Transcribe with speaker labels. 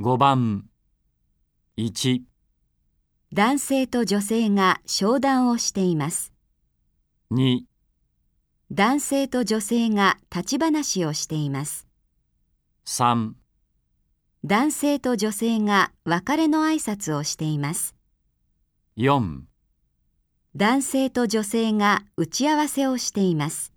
Speaker 1: 5番1
Speaker 2: 男性と女性が商談をしています。
Speaker 1: 2
Speaker 2: 男性と女性が立ち話をしています。
Speaker 1: 3
Speaker 2: 男性と女性が別れの挨拶をしています。
Speaker 1: 4
Speaker 2: 男性と女性が打ち合わせをしています。